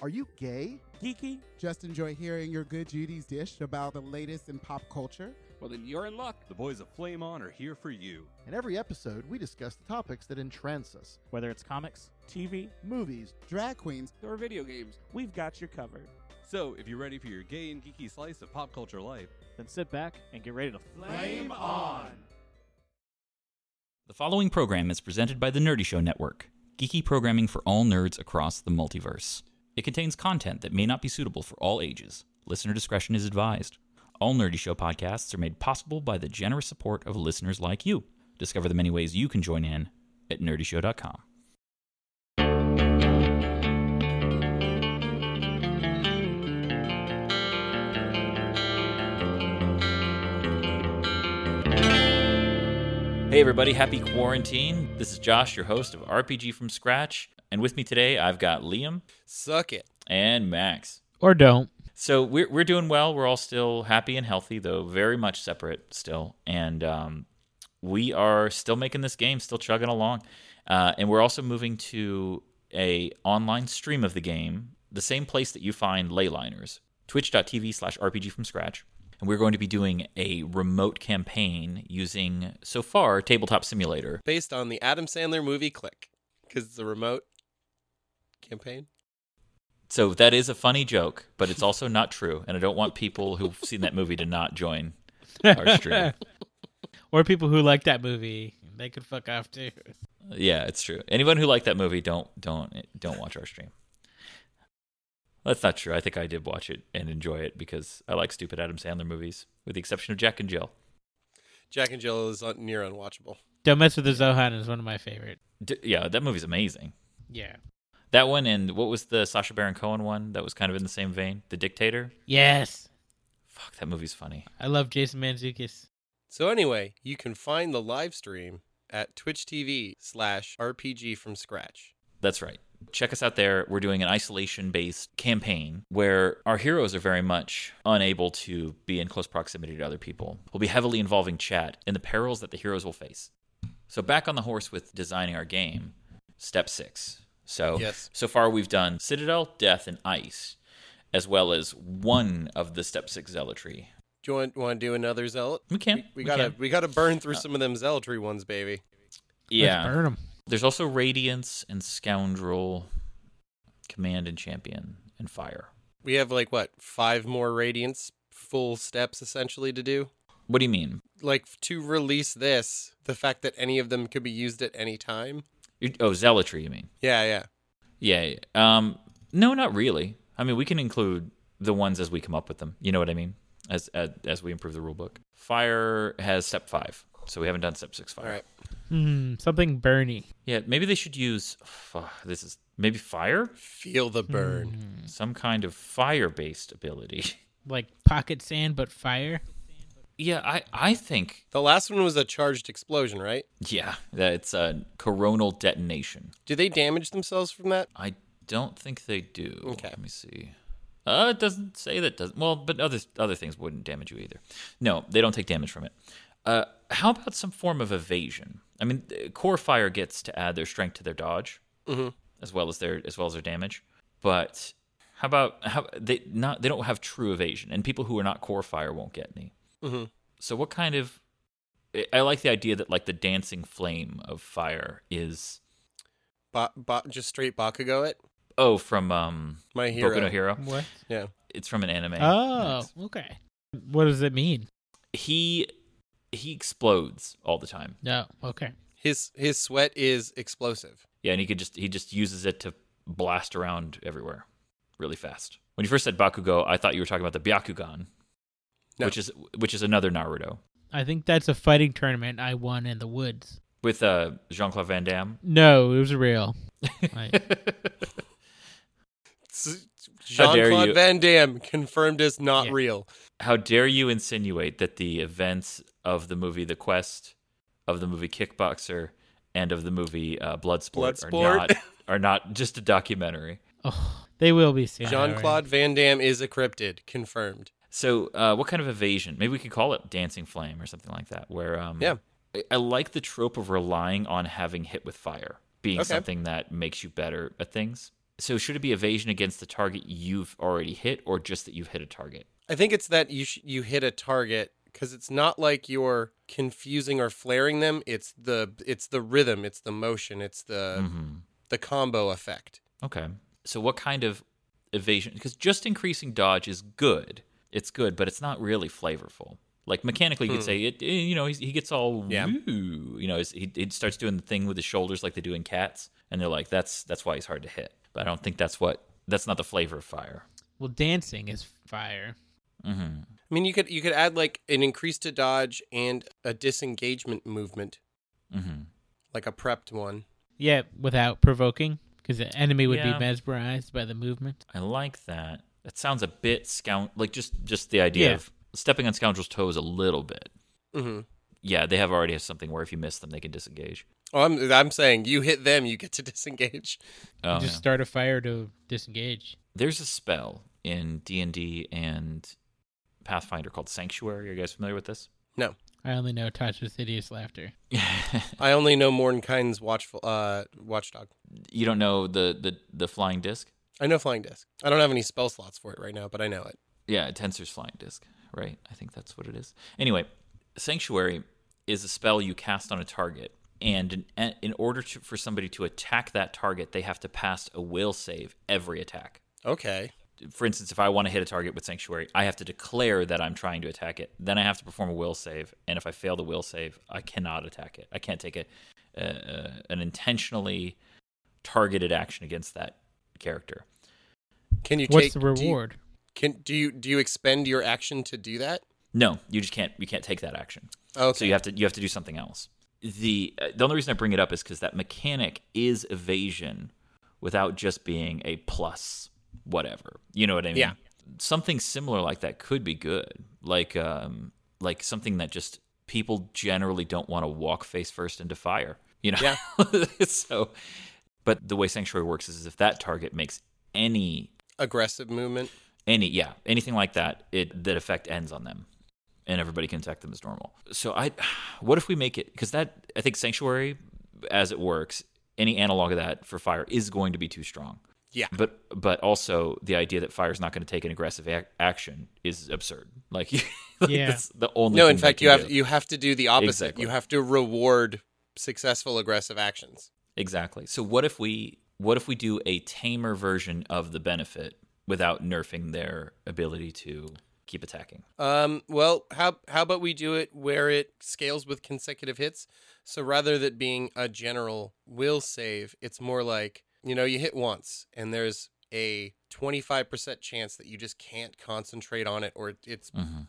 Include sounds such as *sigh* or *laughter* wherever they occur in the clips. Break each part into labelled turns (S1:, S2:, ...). S1: Are you gay?
S2: Geeky?
S1: Just enjoy hearing your good Judy's dish about the latest in pop culture.
S3: Well, then you're in luck. The boys of Flame On are here for you.
S4: In every episode, we discuss the topics that entrance us
S2: Whether it's comics, TV,
S4: movies,
S1: Drag queens,
S3: There are video games.
S2: we've got you covered.
S3: So, if you're ready for your gay and geeky slice of pop culture life,
S2: Then sit back and get ready to
S1: Flame on.
S5: The following program is presented by the Nerdy Show Network, geeky programming for all nerds across the multiverse. It contains content that may not be suitable for all ages. Listener discretion is advised. All Nerdy Show podcasts are made possible by the generous support of listeners like you. Discover the many ways you can join in at nerdyshow.com. Hey everybody, happy quarantine. This is Josh, your host of RPG from Scratch, and with me today I've got Liam
S6: Suck it.
S5: and Max.
S7: or don't.
S5: So we're we're doing well. We're all still happy and healthy, though very much separate still, and um, we are still making this game, still chugging along, uh, and we're also moving to a online stream of the game, the same place that you find Leyliners, twitch.tv slash RPG from scratch. And we're going to be doing a remote campaign using, so far, Tabletop Simulator.
S6: Based on the Adam Sandler movie Click, because it's a remote campaign.
S5: So that is a funny joke, but it's also not true. And I don't want people who've seen that movie to not join our stream.
S7: *laughs* Or people who like that movie, they could fuck off too.
S5: Yeah, it's true. Anyone who liked that movie, don't don't don't watch our stream. That's not true. I think I did watch it and enjoy it because I like stupid Adam Sandler movies, with the exception of Jack and Jill.
S6: Jack and Jill is un- near unwatchable.
S7: Don't mess with the Zohan is one of my favorite.
S5: D- yeah, that movie's amazing.
S7: Yeah.
S5: That one and what was the Sasha Baron Cohen one that was kind of in the same vein? The Dictator.
S7: Yes.
S5: Fuck, that movie's funny.
S7: I love Jason Manzukis.
S6: So anyway, you can find the live stream at Twitch TV slash RPG from scratch.
S5: That's right. Check us out there. We're doing an isolation based campaign where our heroes are very much unable to be in close proximity to other people. We'll be heavily involving chat and the perils that the heroes will face. So, back on the horse with designing our game, step six. So,
S6: Yes.
S5: so far we've done Citadel, Death, and Ice, as well as one of the step six zealotry.
S6: Do you want, want to do another zealot?
S5: We can.
S6: We, we gotta
S5: can. Uh.
S6: we gotta burn through some of them zealotry ones, baby.
S5: yeah.
S7: Let's burn 'em.
S5: There's also Radiance and Scoundrel, Command and Champion, and Fire.
S6: We have like what five more radiance full steps essentially to do.
S5: What do you mean?
S6: Like to release this, the fact that any of them could be used at any time.
S5: You- Oh, zealotry, you mean?
S6: Yeah, yeah.
S5: Yeah. yeah. Um, no, not really. I mean, we can include the ones as we come up with them. You know what I mean? As as, as we improve the rule book. Fire has step five, so we haven't done step six fire.
S6: All right.
S7: Hmm, something burny.
S5: Yeah, maybe they should use. fuck, this is maybe fire,
S6: Feel the burn.
S5: some kind of fire-based ability. *laughs*
S7: Like pocket sand, but fire.
S5: yeah, I I think
S6: The last one was a charged explosion, right?
S5: yeah that it's a coronal detonation.
S6: Do they damage themselves from that?
S5: I don't think they do.
S6: Okay.
S5: Let me see. Uh, it doesn't say that doesn't. Well, but other other things wouldn't damage you either. No, they don't take damage from it. Uh, how about some form of evasion? I mean, the core fire gets to add their strength to their dodge
S6: Mhm.
S5: as well as their as well as their damage. But how about how they not they don't have true evasion, and people who are not core fire won't get any.
S6: Mhm.
S5: So what kind of I- I like the idea that like the dancing flame of fire is
S6: Ba- ba- just straight Bakugo it?
S5: oh from um
S6: My
S5: Boku no
S6: hero.
S5: Hero.
S7: What?
S6: Yeah.
S5: It's from an anime.
S7: Oh,
S5: Nice.
S7: okay. What does it mean?
S5: He he explodes all the time.
S7: No. Okay.
S6: His his sweat is explosive.
S5: Yeah, and he could just he just uses it to blast around everywhere really fast. When you first said Bakugo, I thought you were talking about the Byakugan,
S6: No.
S5: which is which is another Naruto
S7: I think that's a fighting tournament I won in the woods.
S5: with uh, Jean-Claude Van Damme. *laughs*
S7: No, it was real. Right.
S5: How dare
S6: Jean Claude
S5: you.
S6: Van Damme confirmed as not
S7: Yeah.
S6: real.
S5: How dare you insinuate that the events of the movie The Quest, of the movie Kickboxer, and of the movie uh, Bloodsport,
S6: Bloodsport.
S5: Are, not, are not just a documentary?
S7: Oh, they will be seen.
S6: Jean Claude Van Damme is a cryptid. Confirmed.
S5: So, uh, what kind of evasion? Maybe we could call it Dancing Flame or something like that. Where, um,
S6: Yeah.
S5: I, I like the trope of relying on having hit with fire being
S6: Okay.
S5: something that makes you better at things. So, should it be evasion against the target you've already hit, or just that you've hit a target?
S6: I think it's that you sh- you hit a target because it's not like you're confusing or flaring them. It's the it's the rhythm, it's the motion, it's the
S5: hmm
S6: the combo effect.
S5: Okay. So, what kind of evasion? Because just increasing dodge is good. It's good, but it's not really flavorful. Like mechanically,
S7: Hmm.
S5: you could say it. eh, You know, he's, he gets all
S6: Yeah.
S5: woo. You know, he's- he, he starts doing the thing with his shoulders like they do in cats, and they're like, "That's that's why he's hard to hit." But I don't think that's what. That's not the flavor of fire.
S7: Well, dancing is fire.
S5: hmm
S6: I mean, you could you could add like an increase to dodge and a disengagement movement,
S5: hmm
S6: like a prepped one.
S7: Yeah, without provoking, because the enemy would
S5: Yeah.
S7: be mesmerized by the movement.
S5: I like that. That sounds a bit scoun like just just the idea
S7: Yeah.
S5: of stepping on scoundrel's toes a little bit.
S6: hmm
S5: Yeah, they have already have something where if you miss them, they can disengage.
S6: Oh, I'm I'm saying you hit them, you get to *laughs* disengage.
S5: Oh,
S7: You just
S5: yeah.
S7: start a fire to disengage.
S5: There's a spell in D and D and Pathfinder called Sanctuary. Are you guys familiar with this?
S6: No,
S7: I only know Tasha's hideous laughter.
S6: I only know Mornkind's watchful uh watchdog.
S5: *laughs* you don't know the the the flying disc?
S6: I know flying disc. I don't have any spell slots for it right now, but I know it.
S5: Yeah, Tensor's flying disc, right? I think that's what it is. Anyway, Sanctuary is a spell you cast on a target, and in, in order to, for somebody to attack that target, they have to pass a will save every attack.
S6: Okay.
S5: For instance, if I want to hit a target with Sanctuary, I have to declare that I'm trying to attack it. Then I have to perform a will save, and if I fail the will save, I cannot attack it. I can't take a, a, a an intentionally targeted action against that character.
S6: Can you
S7: What's
S6: take
S7: the
S6: do you-
S7: reward?
S6: Can do you do you expend your action to do that?
S5: No, you just can't. You can't take that action.
S6: Okay.
S5: So you have to you have to do something else. The uh, the only reason I bring it up is because that mechanic is evasion, without just being a plus whatever. You know what I mean?
S6: Yeah.
S5: Something similar like that could be good. Like um like something that just people generally don't want to walk face first into fire. You know. Yeah. *laughs* so, but the way sanctuary works is if that target makes any
S6: aggressive movement.
S5: any yeah anything like that it that effect ends on them and everybody can attack them as normal so i *sighs* what if we make it because that i think sanctuary as it works any analog of that for fire is going to be too strong
S6: Yeah.
S5: but but also the idea that fire is not going to take an aggressive ac- action is absurd like, *laughs* like
S7: Yeah.
S5: that's the only
S6: No,
S5: thing
S6: in
S5: they
S6: fact,
S5: can
S6: you have
S5: do.
S6: you have to do the opposite.
S5: Exactly.
S6: You have to reward successful aggressive actions.
S5: Exactly. So what if we what if we do a tamer version of the benefit without nerfing their ability to keep attacking?
S6: Um, well, how how about we do it where it scales with consecutive hits? So rather than being a general will save, it's more like you know you hit once and there's a 25% chance that you just can't concentrate on it or it's
S5: Mm-hmm.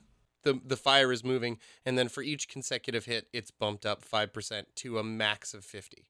S6: the the fire is moving and then for each consecutive hit it's bumped up 5% to a max of 50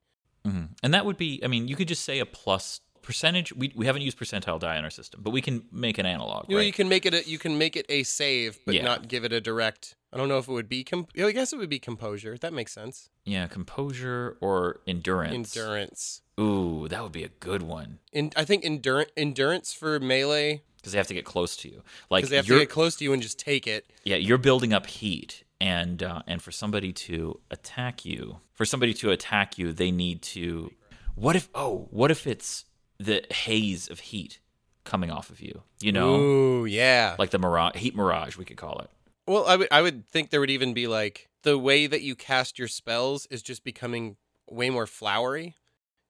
S5: hmm And that would be, I mean, you could just say a plus percentage. We, we haven't used percentile die in our system, but we can make an analog,
S6: you know
S5: right?
S6: you can make it a you can make it a save but
S5: Oh, Yeah.
S6: not give it a direct i don't know if it would be comp- i guess it would be composure that makes sense
S5: yeah, composure or endurance.
S6: endurance
S5: Ooh, that would be a good one
S6: in, I think endurance endurance for melee
S5: because they have to get close to you. Like
S6: because they have to
S5: you're,
S6: get close to you and just take it.
S5: yeah, you're building up heat, and uh, and for somebody to attack you, for somebody to attack you, they need to. What if? Oh, what if it's the haze of heat coming off of you? You know,
S6: Ooh, yeah.
S5: like the mirage, heat mirage, we could call it.
S6: well, I would I would think there would even be like the way that you cast your spells is just becoming way more flowery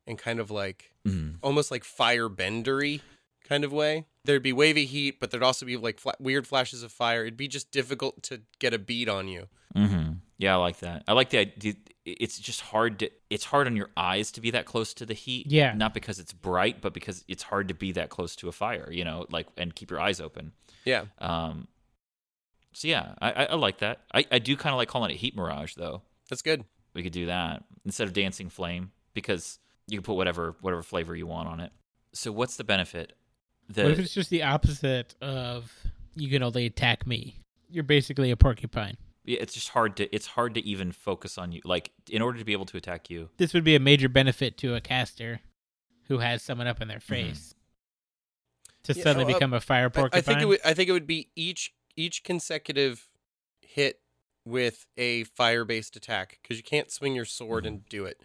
S6: and kind of like
S5: Mm.
S6: almost like firebendery kind of way. There'd be wavy heat, but there'd also be like fla- weird flashes of fire. It'd be just difficult to get a beat on you.
S5: Mm-hmm. Yeah, I like that. I like the idea. It's just hard to. It's hard on your eyes to be that close to the heat.
S7: Yeah.
S5: Not because it's bright, but because it's hard to be that close to a fire. You know, like and keep your eyes open.
S6: Yeah.
S5: Um. So yeah, I I, I like that. I I do kind of like calling it heat mirage though.
S6: That's good.
S5: We could do that instead of dancing flame because You can put whatever whatever flavor you want on it. So what's the benefit? The
S7: what if it's just the opposite of you can only attack me? You're basically a porcupine.
S5: yeah, it's just hard to it's hard to even focus on you. Like in order to be able to attack you,
S7: This would be a major benefit to a caster who has someone up in their face to
S6: Yeah,
S7: suddenly
S6: oh, uh,
S7: become a fire
S6: I, I
S7: porcupine.
S6: think it would. I think it would be each each consecutive hit with a fire based attack because you can't swing your sword and do it.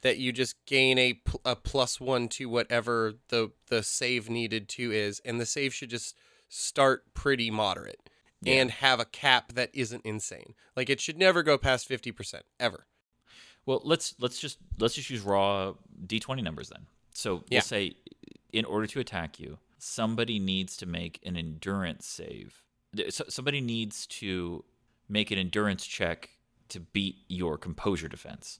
S6: That you just gain a, pl- a plus one to whatever the the save needed to is, and the save should just start pretty moderate
S5: Yeah.
S6: and have a cap that isn't insane. Like it should never go past fifty percent ever.
S5: Well, let's let's just let's just use raw d20 numbers then. So we'll
S6: Yeah.
S5: say in order to attack you, somebody needs to make an endurance save. Th- So somebody needs to make an endurance check to beat your composure defense.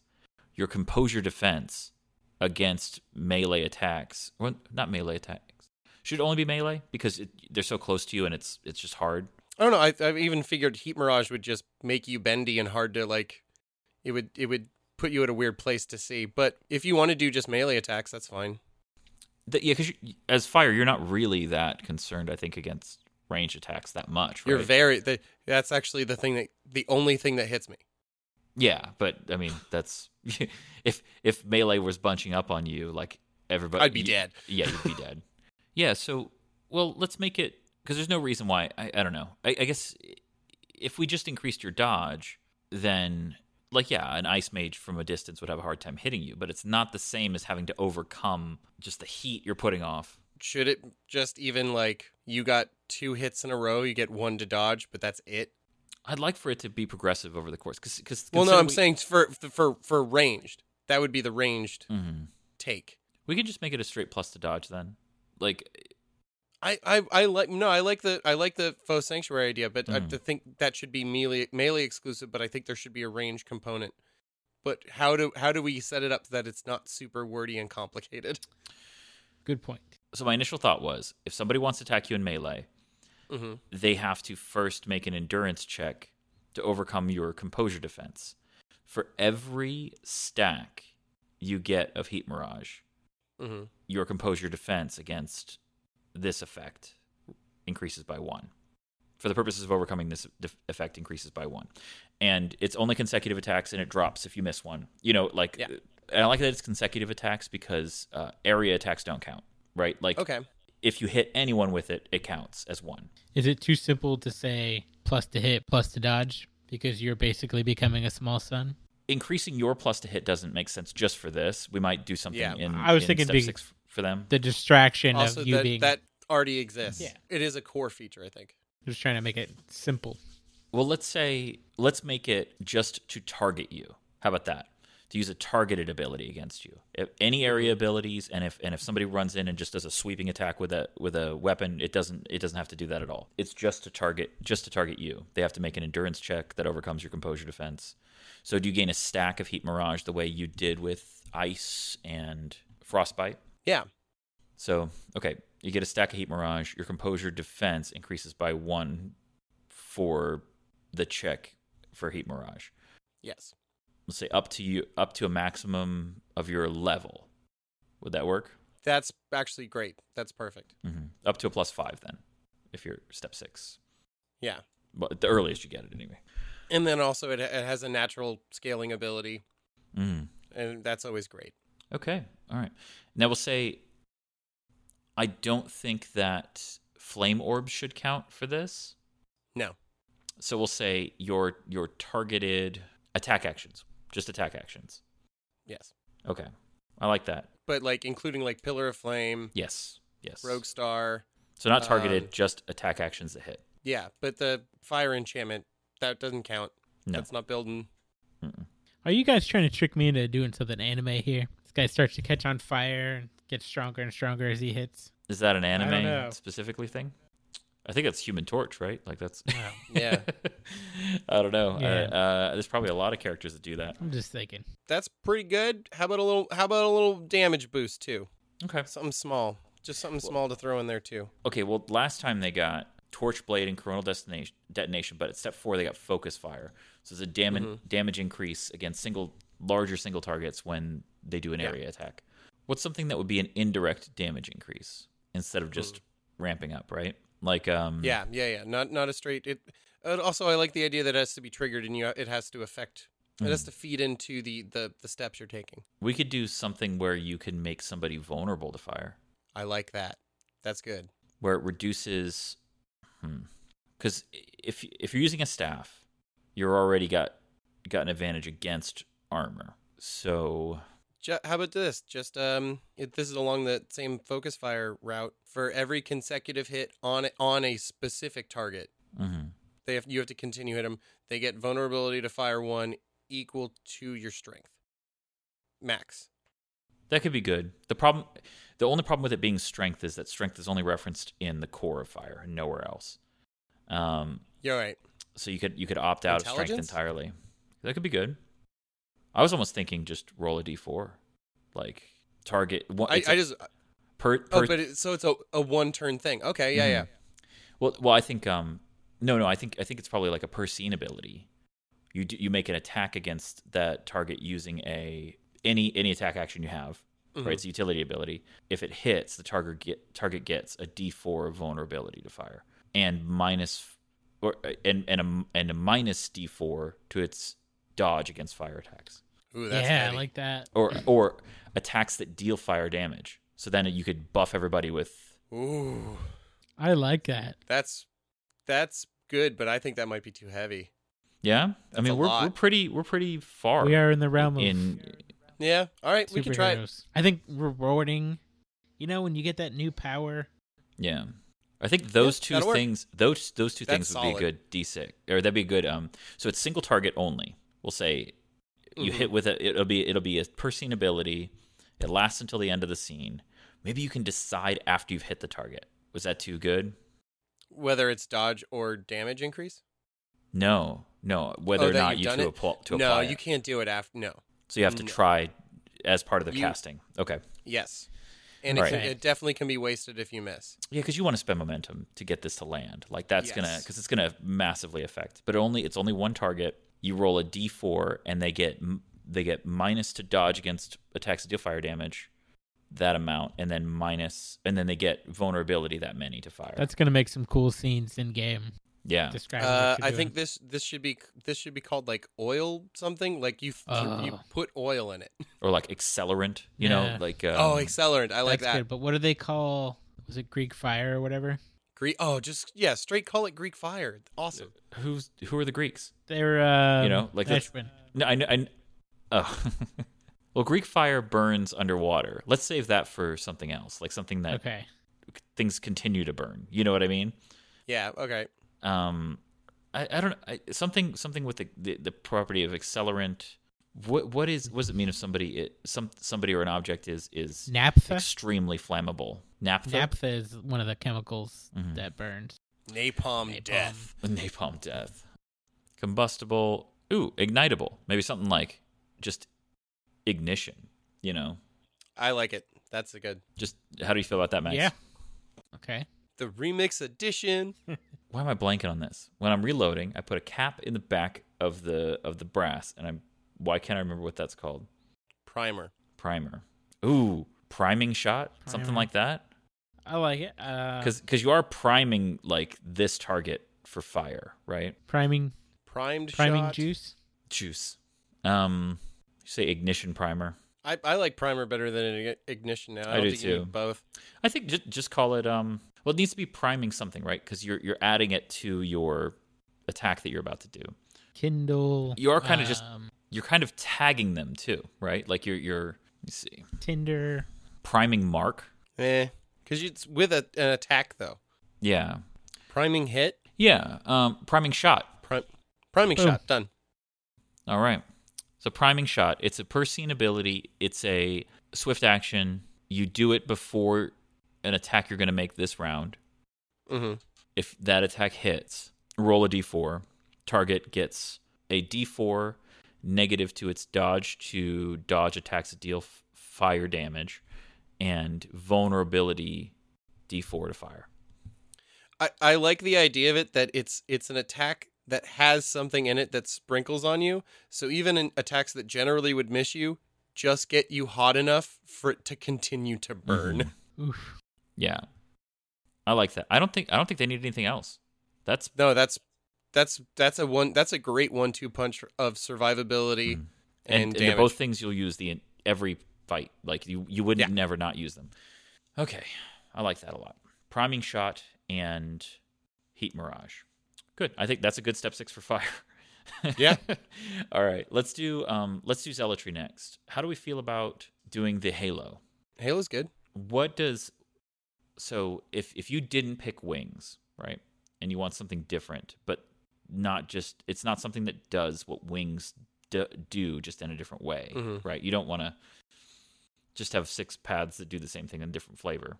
S5: Your composure defense against melee attacks, or not melee attacks, should only be melee because it, they're so close to you and it's it's just hard.
S6: I don't know. I, I've even figured heat mirage would just make you bendy and hard to like. It would it would put you at a weird place to see. But if you want to do just melee attacks, that's fine.
S5: Th- yeah, because as fire, you're not really that concerned. I think against range attacks that much.
S6: You're
S5: right?
S6: very. The, that's actually the thing that the only thing that hits me.
S5: Yeah, but I mean, that's *laughs* if if melee was bunching up on you, like everybody,
S6: I'd be
S5: you-
S6: dead.
S5: *laughs* Yeah, you'd be dead. yeah. So, well, let's make it because there's no reason why. I, I don't know. I, I guess if we just increased your dodge, then like yeah, an ice mage from a distance would have a hard time hitting you, but it's not the same as having to overcome just the heat you're putting off.
S6: Should it just even like you got two hits in a row, you get one to dodge, but that's it.
S5: I'd like for it to be progressive over the course, because because
S6: Well, no, I'm saying for for for ranged. That would be the ranged take.
S5: Mm-hmm. we can just make it a straight plus to dodge then. Like
S6: I, I, I like no I like the I like the faux sanctuary idea, but I
S5: Mm.
S6: to think that should be melee melee exclusive. But I think there should be a range component. But how do how do we set it up so that it's not super wordy and complicated? *laughs*
S7: Good point.
S5: so my initial thought was if somebody wants to attack you in melee
S6: Mm-hmm.
S5: they have to first make an endurance check to overcome your composure defense for every stack you get of heat mirage
S6: Mm-hmm.
S5: your composure defense against this effect increases by one. For the purposes of overcoming this def- effect, increases by one, and it's only consecutive attacks, and it drops if you miss one. You know, like,
S6: Yeah.
S5: and I like that it's consecutive attacks because uh, area attacks don't count, right? Like,
S6: Okay.
S5: if you hit anyone with it, it counts as one.
S7: Is it too simple to say plus to hit, plus to dodge? Because you're basically becoming a small sun?
S5: Increasing your plus to hit doesn't make sense just for this. We might do something
S6: Yeah.
S5: in
S7: I was
S5: in
S7: thinking
S5: step
S7: big-
S5: six f- for them.
S7: The distraction
S6: Also,
S7: of you
S6: that
S7: being
S6: that already exists.
S7: Yeah.
S6: It is a core feature, I think.
S7: just trying to make it simple.
S5: Well, let's say let's make it just to target you. How about that? To use a targeted ability against you. If any area abilities and if and if somebody runs in and just does a sweeping attack with a with a weapon, it doesn't it doesn't have to do that at all. It's just to target just to target you. They have to make an endurance check that overcomes your composure defense. So do you gain a stack of heat mirage the way you did with ice and frostbite?
S6: Yeah.
S5: So, okay, you get a stack of Heat Mirage. Your composure defense increases by one for the check for Heat Mirage.
S6: Yes.
S5: Let's say up to you, up to a maximum of your level. Would that work?
S6: That's actually great. That's perfect.
S5: hmm Up to a plus five, then, if you're step six.
S6: Yeah.
S5: But the earliest you get it, anyway.
S6: And then also it, it has a natural scaling ability,
S5: Mm.
S6: and that's always great.
S5: Okay, all right. Now we'll say, I don't think that flame orbs should count for this.
S6: No.
S5: so we'll say your your targeted attack actions just attack actions
S6: Yes.
S5: okay i like that
S6: But like including like pillar of flame,
S5: yes yes
S6: rogue star.
S5: so not targeted
S6: Um,
S5: just attack actions that hit
S6: Yeah, but the fire enchantment that doesn't count.
S5: no
S6: That's not building.
S5: Mm-mm.
S7: Are you guys trying to trick me into doing something anime here? This guy starts to catch on fire and gets stronger and stronger as he hits.
S5: is that an
S7: don't know.
S5: anime specifically thing i think that's human torch right like that's
S6: Yeah,
S5: *laughs* i don't know
S7: Yeah.
S5: Uh, uh, there's probably a lot of characters that do that
S7: I'm just thinking.
S6: that's pretty good. How about a little? How about a little damage boost too?
S5: okay
S6: Something small, just something small to throw in there too.
S5: okay well last time they got torchblade and coronal destination detonation but at step four they got focus fire so it's a dam- damage increase against single larger single targets when they do an area attack what's something that would be an indirect damage increase instead of just ramping up, right? Like um
S6: Yeah, yeah, yeah. Not not a straight. It and also I like the idea that it has to be triggered and you it has to affect. It has to feed into the the the steps you're taking.
S5: we could do something where you can make somebody vulnerable to fire,
S6: I like that. That's good.
S5: where it reduces because if if you're using a staff, you're already got got an advantage against armor. So
S6: Ju- how about this? Just um, it, this is along the same focus fire route. For every consecutive hit on on a specific target,
S5: mhm.
S6: they have you have to continue hit them. They get vulnerability to fire one equal to your strength max.
S5: That could be good. The problem, the only problem with it being strength is that strength is only referenced in the core of fire and nowhere else. Um,
S6: You're right.
S5: so you could you could opt out of strength
S6: Intelligence?
S5: entirely. That could be good. I was almost thinking just roll a d4, like target. One,
S6: I,
S5: it's a
S6: I just
S5: per, per- Mm-hmm.
S6: oh, but it, so it's a, a one turn thing. Okay, yeah, yeah.
S5: well, well, I think um, no, no, I think I think it's probably like a per scene ability. You do, you make an attack against that target using a any any attack action you have. Right, it's a utility ability. If it hits, the target get, target gets a D4 vulnerability to fire and minus or and and a, and a minus D4 to its dodge against fire attacks
S6: Ooh, that's
S7: Yeah, I
S6: heady.
S7: like that.
S5: or or attacks that deal fire damage. So then you could buff everybody with
S6: Ooh,
S7: I like that.
S6: that's that's good, but I think that might be too heavy.
S5: yeah. I
S6: That's a
S5: mean we're
S6: lot.
S5: we're pretty we're pretty far.
S7: We are in the realm of
S5: in
S6: Yeah. All right, we can try it.
S7: superheroes. I think rewarding. You know, when you get that new power,
S5: yeah. I think those
S6: Yeah, that'll
S5: two
S6: work.
S5: things those those two
S6: That's
S5: things would be
S6: solid.
S5: a good D6 or that'd be a good um so it's single target only. We'll say you
S6: Mm-hmm.
S5: hit with it it'll be it'll be a per scene ability. It lasts until the end of the scene. Maybe you can decide after you've hit the target. Was that too good?
S6: whether it's dodge or damage increase.
S5: No. No, whether
S6: Oh,
S5: or
S6: that
S5: not
S6: you've
S5: you
S6: done
S5: to,
S6: it?
S5: appla- to
S6: no,
S5: apply
S6: you
S5: it.
S6: can't do it after. No.
S5: So you have to
S6: No.
S5: try as part of the
S6: You-
S5: casting. Okay.
S6: Yes. And it,
S5: Right.
S6: can,
S7: Okay.
S6: it definitely can be wasted if you miss.
S5: Yeah, because you want to spend momentum to get this to land. Like that's gonna
S6: Yes.
S5: because it's gonna massively affect. But only it's only one target. You roll a d4 and they get m- they get minus to dodge against attacks that deal fire damage that amount, and then minus and then they get vulnerability that many to fire.
S7: that's gonna make some cool scenes in game.
S5: yeah.
S7: Describe.
S6: Uh, I think this this should be this should be called like oil something like you you
S7: Oh.
S6: put oil in it. *laughs*
S5: or like accelerant.
S7: Yeah.
S5: You know, like um,
S6: oh, accelerant! I like
S7: That's
S6: that.
S7: Good, but what do they call? Was it Greek fire or whatever?
S6: Greek. Oh, just yeah, straight call it Greek fire. Awesome.
S5: who's who are the Greeks?
S7: They're um,
S5: you know, like that's-
S7: Ashwin.
S5: No, I, kn- I, kn- oh. *laughs* well, Greek fire burns underwater. Let's save that for something else, like something that
S7: Okay.
S5: things continue to burn. You know what I mean?
S6: Yeah. Okay.
S5: Um, I, I don't I, something something with the, the the property of accelerant. What what is what does it mean if somebody it, some somebody or an object is is
S7: Naphtha.
S5: extremely flammable? Naphtha.
S7: Naphtha is one of the chemicals
S5: Mhm.
S7: that burns.
S6: Napalm,
S7: Napalm.
S6: death.
S5: *laughs* Napalm death. Combustible. Ooh, ignitable. Maybe something like just ignition. You know,
S6: I like it. That's a good.
S5: just how do you feel about that, Max?
S7: Yeah. Okay.
S6: The remix edition.
S5: why am I blanking on this? When I'm reloading, I put a cap in the back of the of the brass, and I'm why can't I remember what that's called?
S6: Primer.
S5: Primer. Ooh, priming shot, something
S7: Primer.
S5: like that.
S7: I like it. Uh,
S5: Because you are priming like this target for fire, right?
S7: priming,
S6: Primed
S7: priming
S6: shot.
S7: juice.
S5: Juice. Um, you say ignition primer.
S6: I, I like primer better than igni- ignition now. I,
S5: I
S6: don't
S5: do
S6: think you need
S5: too.
S6: Both.
S5: I think just just call it um. Well, it needs to be priming something, right? Because you're you're adding it to your attack that you're about to do.
S7: Kindle.
S5: You are kinda just-
S7: um,
S5: You're kind of tagging them too, right? Like you're you're. Let me see.
S7: Tinder.
S5: Priming mark.
S6: Eh. Because it's with a, an attack though.
S5: Yeah.
S6: Priming hit.
S5: Yeah. Um, priming shot.
S6: Prim- priming
S7: Boom.
S6: shot done.
S5: All right. So priming shot. It's a per scene ability. It's a swift action. You do it before an attack you're going to make this round.
S6: hmm
S5: If that attack hits, roll a d4. Target gets a d4 negative to its dodge to dodge attacks that deal f- fire damage, and vulnerability d4 to fire.
S6: I, I like the idea of it that it's it's an attack that has something in it that sprinkles on you. So even in attacks that generally would miss you, just get you hot enough for it to continue to burn.
S5: Mhm.
S7: Oof.
S5: Yeah, I like that. I don't think I don't think they need anything else. That's
S6: No, that's that's that's a one that's a great one-two punch of survivability
S5: Mm.
S6: and,
S5: and, and
S6: damage.
S5: they're both things you'll use the in every fight. Like you, you would
S6: Yeah.
S5: never not use them. Okay, I like that a lot. Priming shot and heat mirage. Good. I think that's a good step six for fire. *laughs*
S6: Yeah.
S5: All right. Let's do um. Let's do zealotry next. How do we feel about doing the halo?
S6: Halo's good.
S5: What does so if if you didn't pick wings right and you want something different but not just it's not something that does what wings d- do just in a different way
S6: Mhm.
S5: right you don't want to just have six pads that do the same thing in different flavor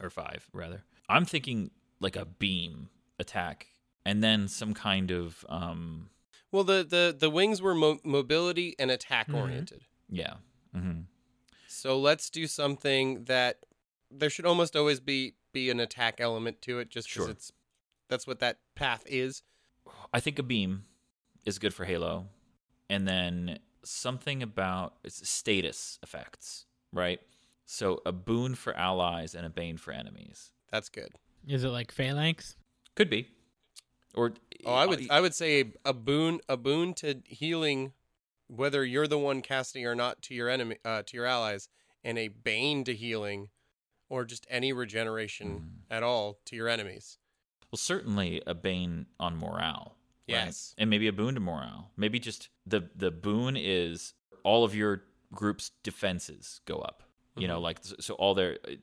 S5: or five rather i'm thinking like a beam attack and then some kind of um
S6: Well, the the the wings were mo- mobility and attack
S5: Mm-hmm.
S7: Mhm.
S6: oriented.
S5: yeah hmm
S6: So let's do something that there should almost always be be an attack element to it, just because
S5: Sure.
S6: it's that's what that path is.
S5: I think a beam is good for Halo, and then something about it's status effects, right? So a boon for allies and a bane for enemies
S6: That's good.
S7: Is it like phalanx?
S5: could be, or
S6: Oh, I would I would say a, a boon a boon to healing, whether you're the one casting or not to your enemy uh, to your allies, and a bane to healing, or just any regeneration at all to your enemies.
S5: well certainly a bane on morale. right?
S6: Yes.
S5: and maybe a boon to morale. Maybe just the the boon is all of your group's defenses go up. You
S6: Mm-hmm.
S5: know, like so- so all their uh,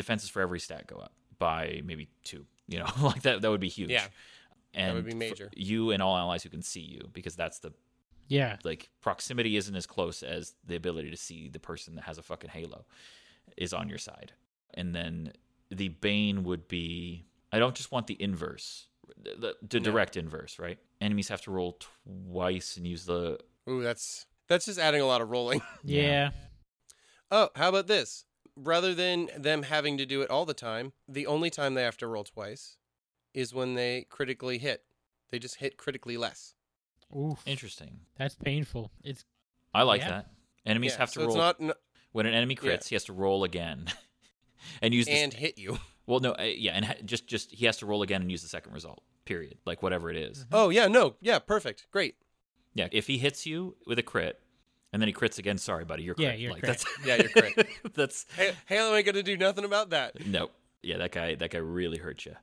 S5: defenses for every stat go up by maybe two. You know, *laughs* like that that would be huge.
S6: Yeah.
S5: and
S6: would be
S5: for
S6: major.
S5: You and all allies who can see you, because that's the
S7: Yeah.
S5: like proximity isn't as close as the ability to see the person that has a fucking halo is on your side. And then the bane would be I don't just want the inverse, the, the, the
S6: No.
S5: direct inverse, right? Enemies have to roll twice and use the
S6: Ooh, that's that's just adding a lot of rolling.
S7: Yeah.
S5: Yeah.
S6: Oh, how about this? Rather than them having to do it all the time, the only time they have to roll twice is when they critically hit. They just hit critically less.
S7: Oof.
S5: interesting.
S7: That's painful. It's
S5: I like
S7: Yeah.
S5: that. Enemies
S6: Yeah,
S5: have to
S6: so
S5: roll
S6: It's not n-
S5: when an enemy crits,
S6: Yeah.
S5: he has to roll again. *laughs* and use the
S6: and hit
S5: *laughs*
S6: you.
S5: well no, uh, yeah, and ha- just just he has to roll again and use the second result. Period. Like whatever it is.
S6: Oh yeah, no, yeah, perfect, great.
S5: Yeah, if he hits you with a crit, and then he crits again, sorry, buddy, you're
S7: Yeah,
S5: crit.
S7: you're
S5: like,
S7: crit.
S5: That's,
S6: Yeah, you're crit.
S5: *laughs* that's
S6: Ha- Halo ain't gonna do nothing about that.
S5: no. Yeah, that guy. That guy really hurt you.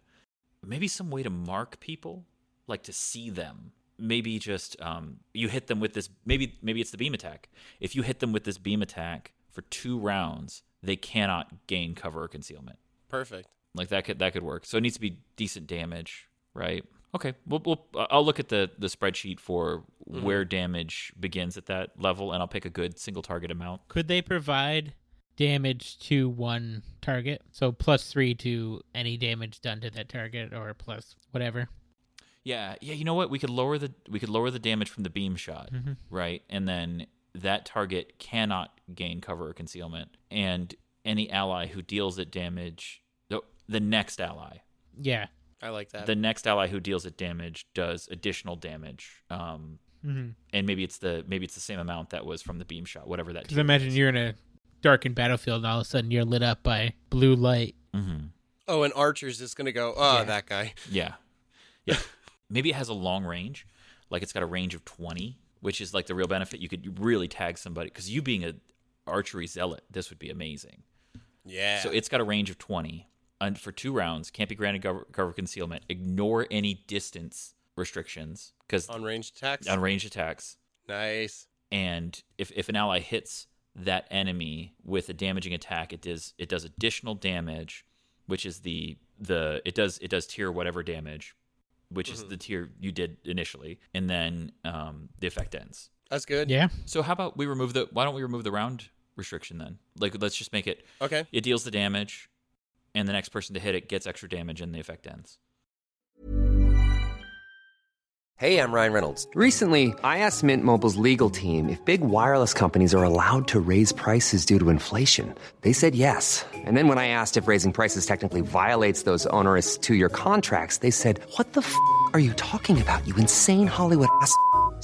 S5: Maybe some way to mark people, like to see them. Maybe just um, you hit them with this. Maybe maybe it's the beam attack. If you hit them with this beam attack for two rounds, they cannot gain cover or concealment.
S6: Perfect.
S5: Like that could that could work. So it needs to be decent damage, right? Okay, we'll, we'll I'll look at the the spreadsheet for where damage begins at that level, and I'll pick a good single target amount.
S7: could they provide damage to one target? So plus three to any damage done to that target, or plus whatever.
S5: Yeah, yeah. You know what? We could lower the we could lower the damage from the beam shot, right? And then that target cannot gain cover or concealment, and any ally who deals it damage, the, the next ally,
S7: Yeah.
S6: I like that.
S5: the next ally who deals it damage does additional damage. Um,
S7: Mm-hmm.
S5: and maybe it's the maybe it's the same amount that was from the beam shot, whatever that.
S7: Because imagine you're in a darkened battlefield, and all of a sudden you're lit up by blue light.
S5: Mm-hmm.
S6: oh, and Archer's just gonna go. Oh,
S7: Yeah.
S6: that guy.
S5: Yeah, yeah. *laughs* maybe it has a long range, like it's got a range of twenty, which is like the real benefit. You could really tag somebody because you being a archery zealot, this would be amazing.
S6: Yeah.
S5: So it's got a range of 20 and for two rounds. Can't be granted cover, cover concealment. Ignore any distance restrictions because
S6: on ranged attacks.
S5: on ranged attacks.
S6: nice.
S5: And if, if an ally hits that enemy with a damaging attack, it does it does additional damage, which is the the it does it does tier whatever damage, which is the tier you did initially, and then um, the effect ends.
S6: That's good.
S7: Yeah.
S5: So how about we remove the why don't we remove the round restriction then? Like let's just make it
S6: Okay.
S5: it deals the damage, and the next person to hit it gets extra damage, and the effect ends.
S8: Hey, I'm Ryan Reynolds. Recently, I asked Mint Mobile's legal team if big wireless companies are allowed to raise prices due to inflation. They said yes. And then when I asked if raising prices technically violates those onerous two year contracts, they said, What the f are you talking about, you insane Hollywood ass? f-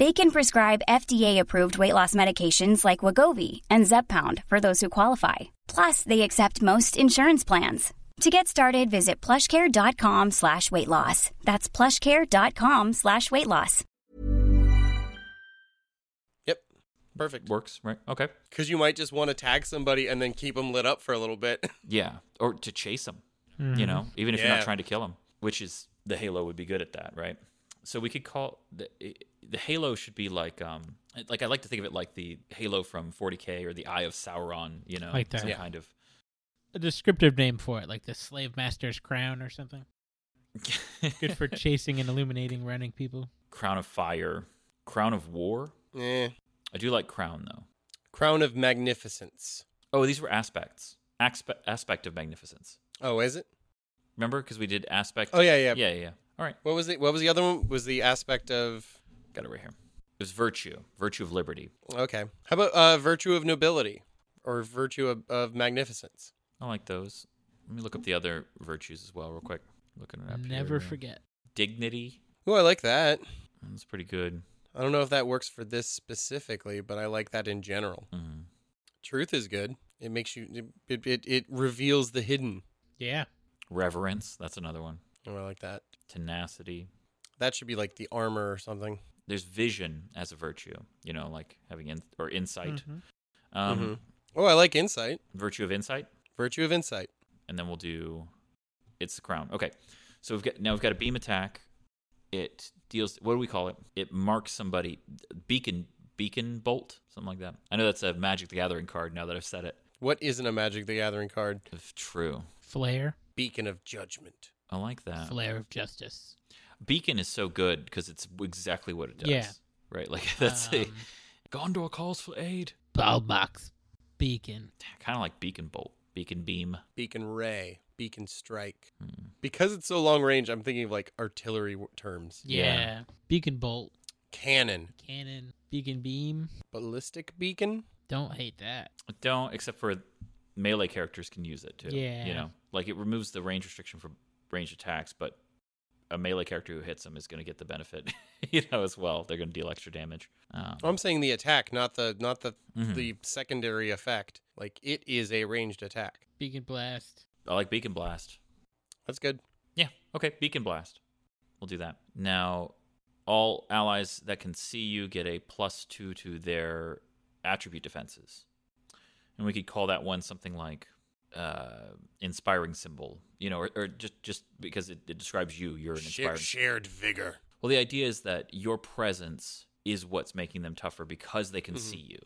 S9: They can prescribe FDA-approved weight loss medications like Wagovi and Zepbound for those who qualify. Plus, they accept most insurance plans. To get started, visit plushcare.com slash weight loss. That's plushcare.com slash weight loss.
S6: Perfect.
S5: Works, right? Okay.
S6: Because you might just want to tag somebody and then keep them lit up for a little bit. *laughs*
S5: Yeah, or to chase them,
S6: Mhm.
S7: Mm-hmm.
S5: you know, even if you're
S6: Yeah.
S5: not trying to kill them, which is the Halo would be good at that, right? So we could call the the Halo should be like um like I like to think of it like the Halo from 40K or the Eye of Sauron, you know,
S7: Like that.
S5: some
S7: Yeah.
S5: kind of
S7: A descriptive name for it, like the slave master's crown or something. *laughs* Good *laughs*
S5: *laughs*
S7: for chasing and illuminating running people.
S5: Crown of Fire, Crown of War.
S6: Yeah.
S5: I do like Crown though.
S6: Crown of Magnificence.
S5: Oh, these were aspects. Aspect aspect of magnificence.
S6: Oh, is it?
S5: Remember because we did aspect.
S6: Oh yeah, yeah.
S5: yeah, yeah. All right.
S6: What was the What was the other one? Was the aspect of
S5: Got it right here. It was virtue, virtue of liberty.
S6: okay? How about uh, virtue of nobility or virtue of, of magnificence?
S5: I like those. Let me look up the other virtues as well, real quick. Looking it up. here
S7: Never
S5: now.
S7: forget.
S5: Dignity.
S6: Oh, I like that.
S5: That's pretty good.
S6: I don't know if that works for this specifically, but I like that in general.
S5: Mm.
S6: Truth is good. It makes you. It it, it reveals the hidden.
S7: Yeah.
S5: Reverence. That's another one.
S6: Oh, I like that.
S5: Tenacity.
S6: That should be like the armor or something.
S5: There's vision as a virtue. You know, like having in- or insight.
S7: Mhm.
S5: Um,
S6: Mhm. Oh, I like insight.
S5: Virtue of insight.
S6: Virtue of insight.
S5: and then we'll do it's the crown. Okay. So we've got now we've got a beam attack. It deals what do we call it? It marks somebody beacon beacon bolt, something like that. I know that's a Magic the Gathering card now that I've said it.
S6: What isn't a Magic the Gathering card?
S5: If true.
S7: Flare.
S6: Beacon of Judgment.
S5: I like that.
S7: Flare of
S5: *laughs*
S7: justice.
S5: Beacon is so good because it's exactly what it does.
S7: Yeah.
S5: Right? Like *laughs* that's a
S7: Um,
S5: Gondor calls for aid.
S7: Balbox. Um, Beacon.
S5: Kind of like beacon bolt, beacon beam.
S6: Beacon Ray. Beacon Strike.
S5: Hmm.
S6: Because it's so long range, I'm thinking of like artillery w- terms.
S7: Yeah.
S5: Yeah.
S7: Beacon bolt.
S6: Cannon.
S7: Cannon. Beacon beam.
S6: Ballistic beacon.
S7: Don't hate that.
S5: Don't except for melee characters can use it too.
S7: Yeah.
S5: You know, like it removes the range restriction for range attacks, but a melee character who hits them is going to get the benefit, *laughs* you know, as well. They're going to deal extra damage. Um,
S6: I'm saying the attack, not the not the
S5: Mhm.
S6: the secondary effect. Like it is a ranged attack.
S7: Beacon blast.
S5: I like beacon blast.
S6: That's good.
S5: Yeah. Okay. Beacon blast. We'll do that. Now, all allies that can see you get a plus two to their attribute defenses. And we could call that one something like uh, inspiring symbol, you know, or, or just, just because it, it describes you. You're an inspiring
S6: shared vigor.
S5: Well, the idea is that your presence is what's making them tougher because they can see you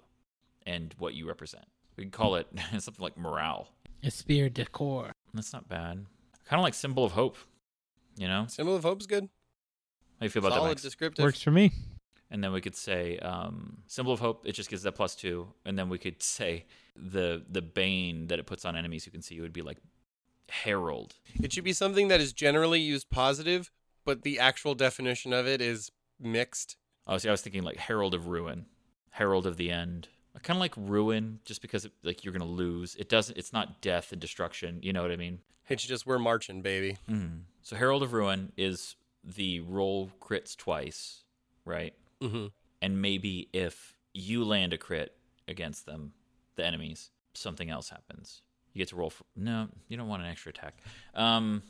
S5: and what you represent. We can call it *laughs* something like morale.
S7: A spear decor.
S5: That's not bad. Kind of like symbol of hope. You know,
S6: Symbol of Hope's good.
S5: how you feel about that?
S6: Solid
S5: Max?
S6: descriptive.
S7: Works for me.
S5: And then we could say um, symbol of hope. It just gives that plus two. And then we could *laughs* say the the bane that it puts on enemies who can see you would be like herald.
S6: It should be something that is generally used positive, but the actual definition of it is mixed.
S5: Oh, see, I was thinking like Herald of Ruin, Herald of the End. Kind of like ruin, just because it, like you're gonna lose. It doesn't. It's not death and destruction. You know what I mean?
S6: It's just we're marching, baby.
S5: Mm. So Herald of Ruin is the roll crits twice, right?
S6: Mm-hmm.
S5: And maybe if you land a crit against them, the enemies, something else happens. You get to roll for no. You don't want an extra attack. Um,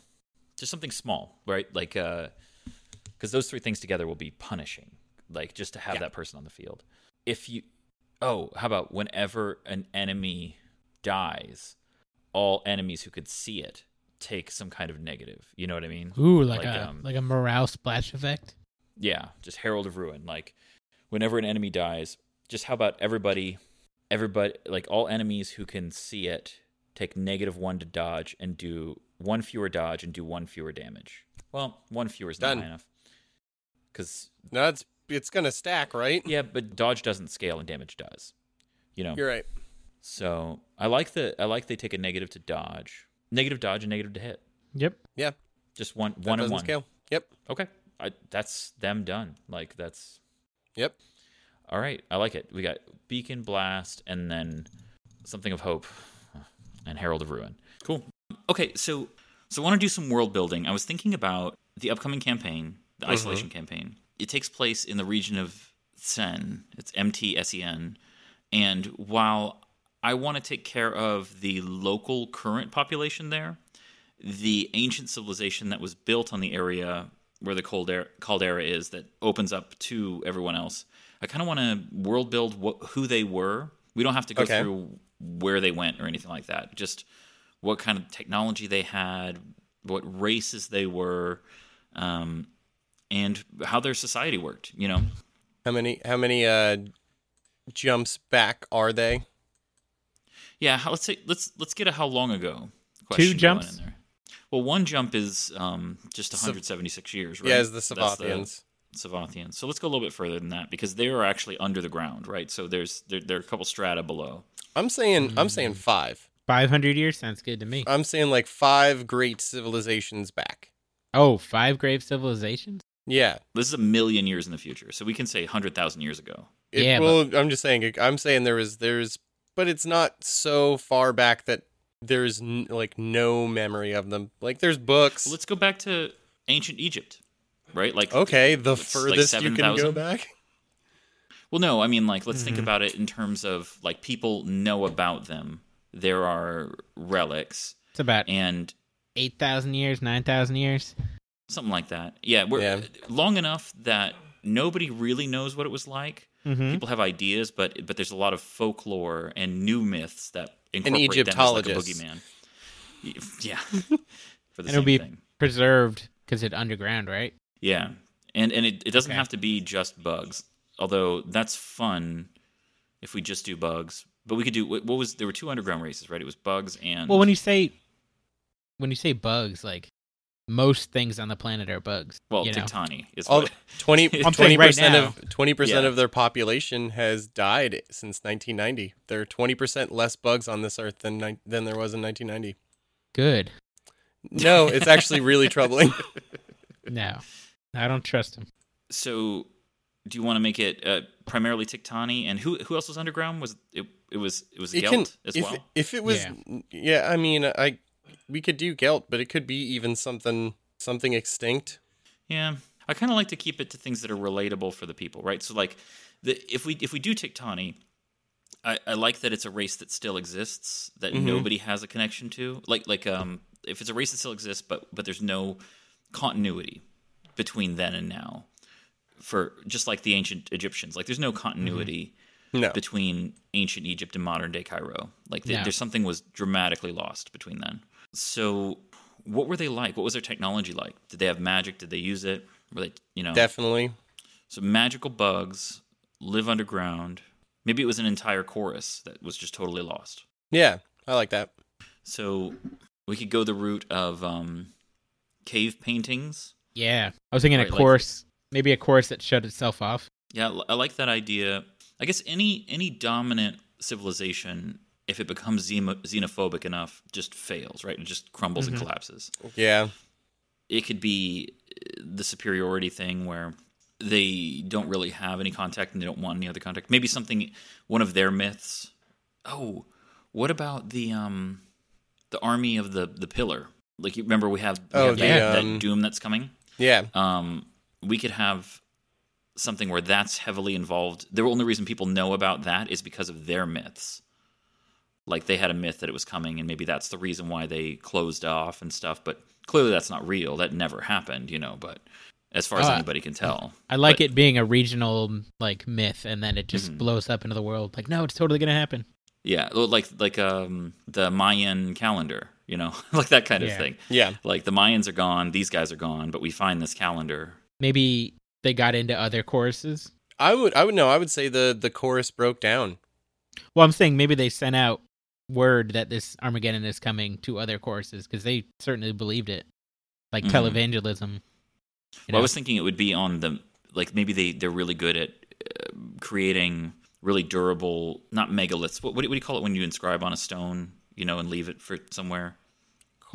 S5: just something small, right? Like uh, because those three things together will be punishing. Like just to have
S6: Yeah.
S5: that person on the field. If you, oh, how about whenever an enemy dies, all enemies who could see it take some kind of negative. You know what I mean? um,
S7: Ooh, like, um, a like a morale splash effect.
S5: yeah, just Herald of Ruin. Like, whenever an enemy dies, just how about everybody, everybody, like all enemies who can see it, take negative one to dodge and do one fewer dodge and do one fewer damage. Well, one fewer is not
S6: Done.
S5: high enough because
S6: No, that's it's gonna stack, right?
S5: Yeah, but dodge doesn't scale and damage does. You know.
S6: You're right.
S5: So I like the I like they take a negative to dodge, negative dodge, and negative to hit.
S7: Yep.
S6: Yeah.
S5: Just one
S6: That
S5: one and
S6: doesn't
S5: one.
S6: scale. Yep.
S5: Okay. I, that's them done. Like that's.
S6: Yep.
S5: All right, I like it. We got beacon blast and then something of hope and herald of ruin. Cool. Okay, so so I want to do some world building. I was thinking about the upcoming campaign, the
S10: Mhm.
S5: isolation campaign. It takes place in the region of Sen. It's M T S E N. And while I want to take care of the local current population there, the ancient civilization that was built on the area where the cold air, caldera is that opens up to everyone else. I kind of want to world build what, who they were. We don't have to go
S6: Okay.
S5: through where they went or anything like that. Just what kind of technology they had, what races they were, um, and how their society worked. You know,
S6: How many how many uh jumps back are they?
S5: yeah. How, let's say let's let's get a how long ago
S7: Two
S5: question going
S7: jumps.
S5: in there. Well, one jump is um, just
S6: Sav-
S5: 176 years, right?
S6: Yeah, it's the
S5: That's
S6: Savathians.
S5: Savathians. So let's go a little bit further than that because they are actually under the ground, right? So there's there, there are a couple strata below.
S6: I'm saying
S5: Hmm.
S6: I'm saying five.
S7: Five hundred years sounds good to me.
S6: I'm saying like five great civilizations back.
S7: Oh, five grave civilizations.
S6: Yeah.
S5: This is a million years in the future, so we can say 100,000 years ago.
S6: It,
S7: Yeah,
S6: Well, I'm just saying. I'm saying there is there's, but it's not so far back that there's n- like no memory of them. Like there's books.
S5: Let's go back to ancient Egypt, right? Like
S6: okay, the
S5: it's like
S6: furthest you can go
S5: 7,000?
S6: back.
S5: Well, no, I mean, like, let's think
S6: Mhm.
S5: about it in terms of like people know about them. There are relics
S7: It's about
S5: and
S7: eight thousand years, nine thousand years.
S5: something like that. Yeah, we're long enough that nobody really knows what it was like.
S6: Mm-hmm.
S7: Mhm.
S5: People have ideas, but but there's a lot of folklore and new myths that
S6: An
S5: incorporate
S6: Egyptologist.
S5: them as like a boogeyman. Yeah, *laughs* for
S7: and
S5: the
S7: it'll
S5: same
S7: be
S5: thing.
S7: preserved because it's underground, right?
S5: Yeah, and and it, it doesn't have to be just bugs, although that's fun if we just do bugs. But we could do what what was there were two underground races, right? It was bugs and
S7: Well, when you say when you say bugs, like most things on the planet are bugs.
S5: Well,
S7: you know?
S5: Tiktani is
S6: All, *laughs*
S5: what-
S6: 20
S7: I'm saying right
S6: percent
S7: now.
S6: of twenty percent
S5: Yeah.
S6: of their population has died since 1990. There are twenty percent less bugs on this earth than nine than there was in 1990.
S7: *laughs* Good.
S6: No, it's actually really
S5: *laughs*
S6: troubling.
S7: No, I don't trust him.
S5: so do you want to make it uh, primarily Tiktani and who who else was underground? Was it it was it was
S6: It
S5: Gelt
S6: can-
S5: as
S6: if,
S5: well?
S6: If it was, yeah. I mean, I we could do Gelt, but it could be even something something extinct.
S5: Yeah, I kind of like to keep it to things that are relatable for the people, right? So like, the, if we if we do Tiktani, I, I like that it's a race that still exists that
S6: Mhm.
S5: nobody has a connection to. Like like um, if it's a race that still exists, but but there's no continuity between then and now, for just like the ancient Egyptians, like there's no continuity.
S6: No.
S5: Between ancient Egypt and modern day Cairo, like the,
S6: No.
S5: there's something was dramatically lost between then. So, what were they like? What was their technology like? Did they have magic? Did they use it? Were they, you know,
S6: Definitely.
S5: So magical bugs live underground. Maybe it was an entire chorus that was just totally lost.
S6: Yeah, I like that.
S5: So we could go the route of um, cave paintings.
S7: Yeah, I was thinking
S5: Right,
S7: a
S5: like-
S7: course, maybe a course that shut itself off.
S5: Yeah, l- I like that idea. I guess any any dominant civilization, if it becomes xeno- xenophobic enough, just fails, right? It just crumbles
S6: Mhm.
S5: and collapses.
S6: Yeah.
S5: It could be uh, the superiority thing where they don't really have any contact and they don't want any other contact. Maybe something one of their myths. Oh, what about the um the army of the the pillar? Like you remember we have, we
S6: Oh,
S5: have
S6: the,
S5: that,
S6: um,
S5: that doom that's coming?
S6: Yeah.
S5: Um, we could have something where that's heavily involved. The only reason people know about that is because of their myths. Like they had a myth that it was coming, and maybe that's the reason why they closed off and stuff. But clearly, that's not real. That never happened, you know. But as far as
S7: Oh, I-
S5: anybody can tell,
S7: I like it being a regional like myth, and then it just
S5: Mm-hmm.
S7: blows up into the world. Like, no, it's totally gonna happen.
S5: Yeah, well, like like um the Mayan calendar, you know, *laughs* like that kind
S7: Yeah.
S5: of thing.
S6: Yeah.
S5: like the Mayans are gone, these guys are gone, but we find this calendar.
S7: Maybe they got into other courses.
S6: I would. I would know. I would say the the chorus broke down.
S7: Well, I'm saying maybe they sent out word that this Armageddon is coming to other courses because they certainly believed it, like
S5: Mhm.
S7: televangelism. you
S5: Well, I
S7: know?
S5: was thinking it would be on the like maybe they they're really good at uh, creating really durable, not megaliths. What, what do you- what do you call it when you inscribe on a stone, you know, and leave it for somewhere?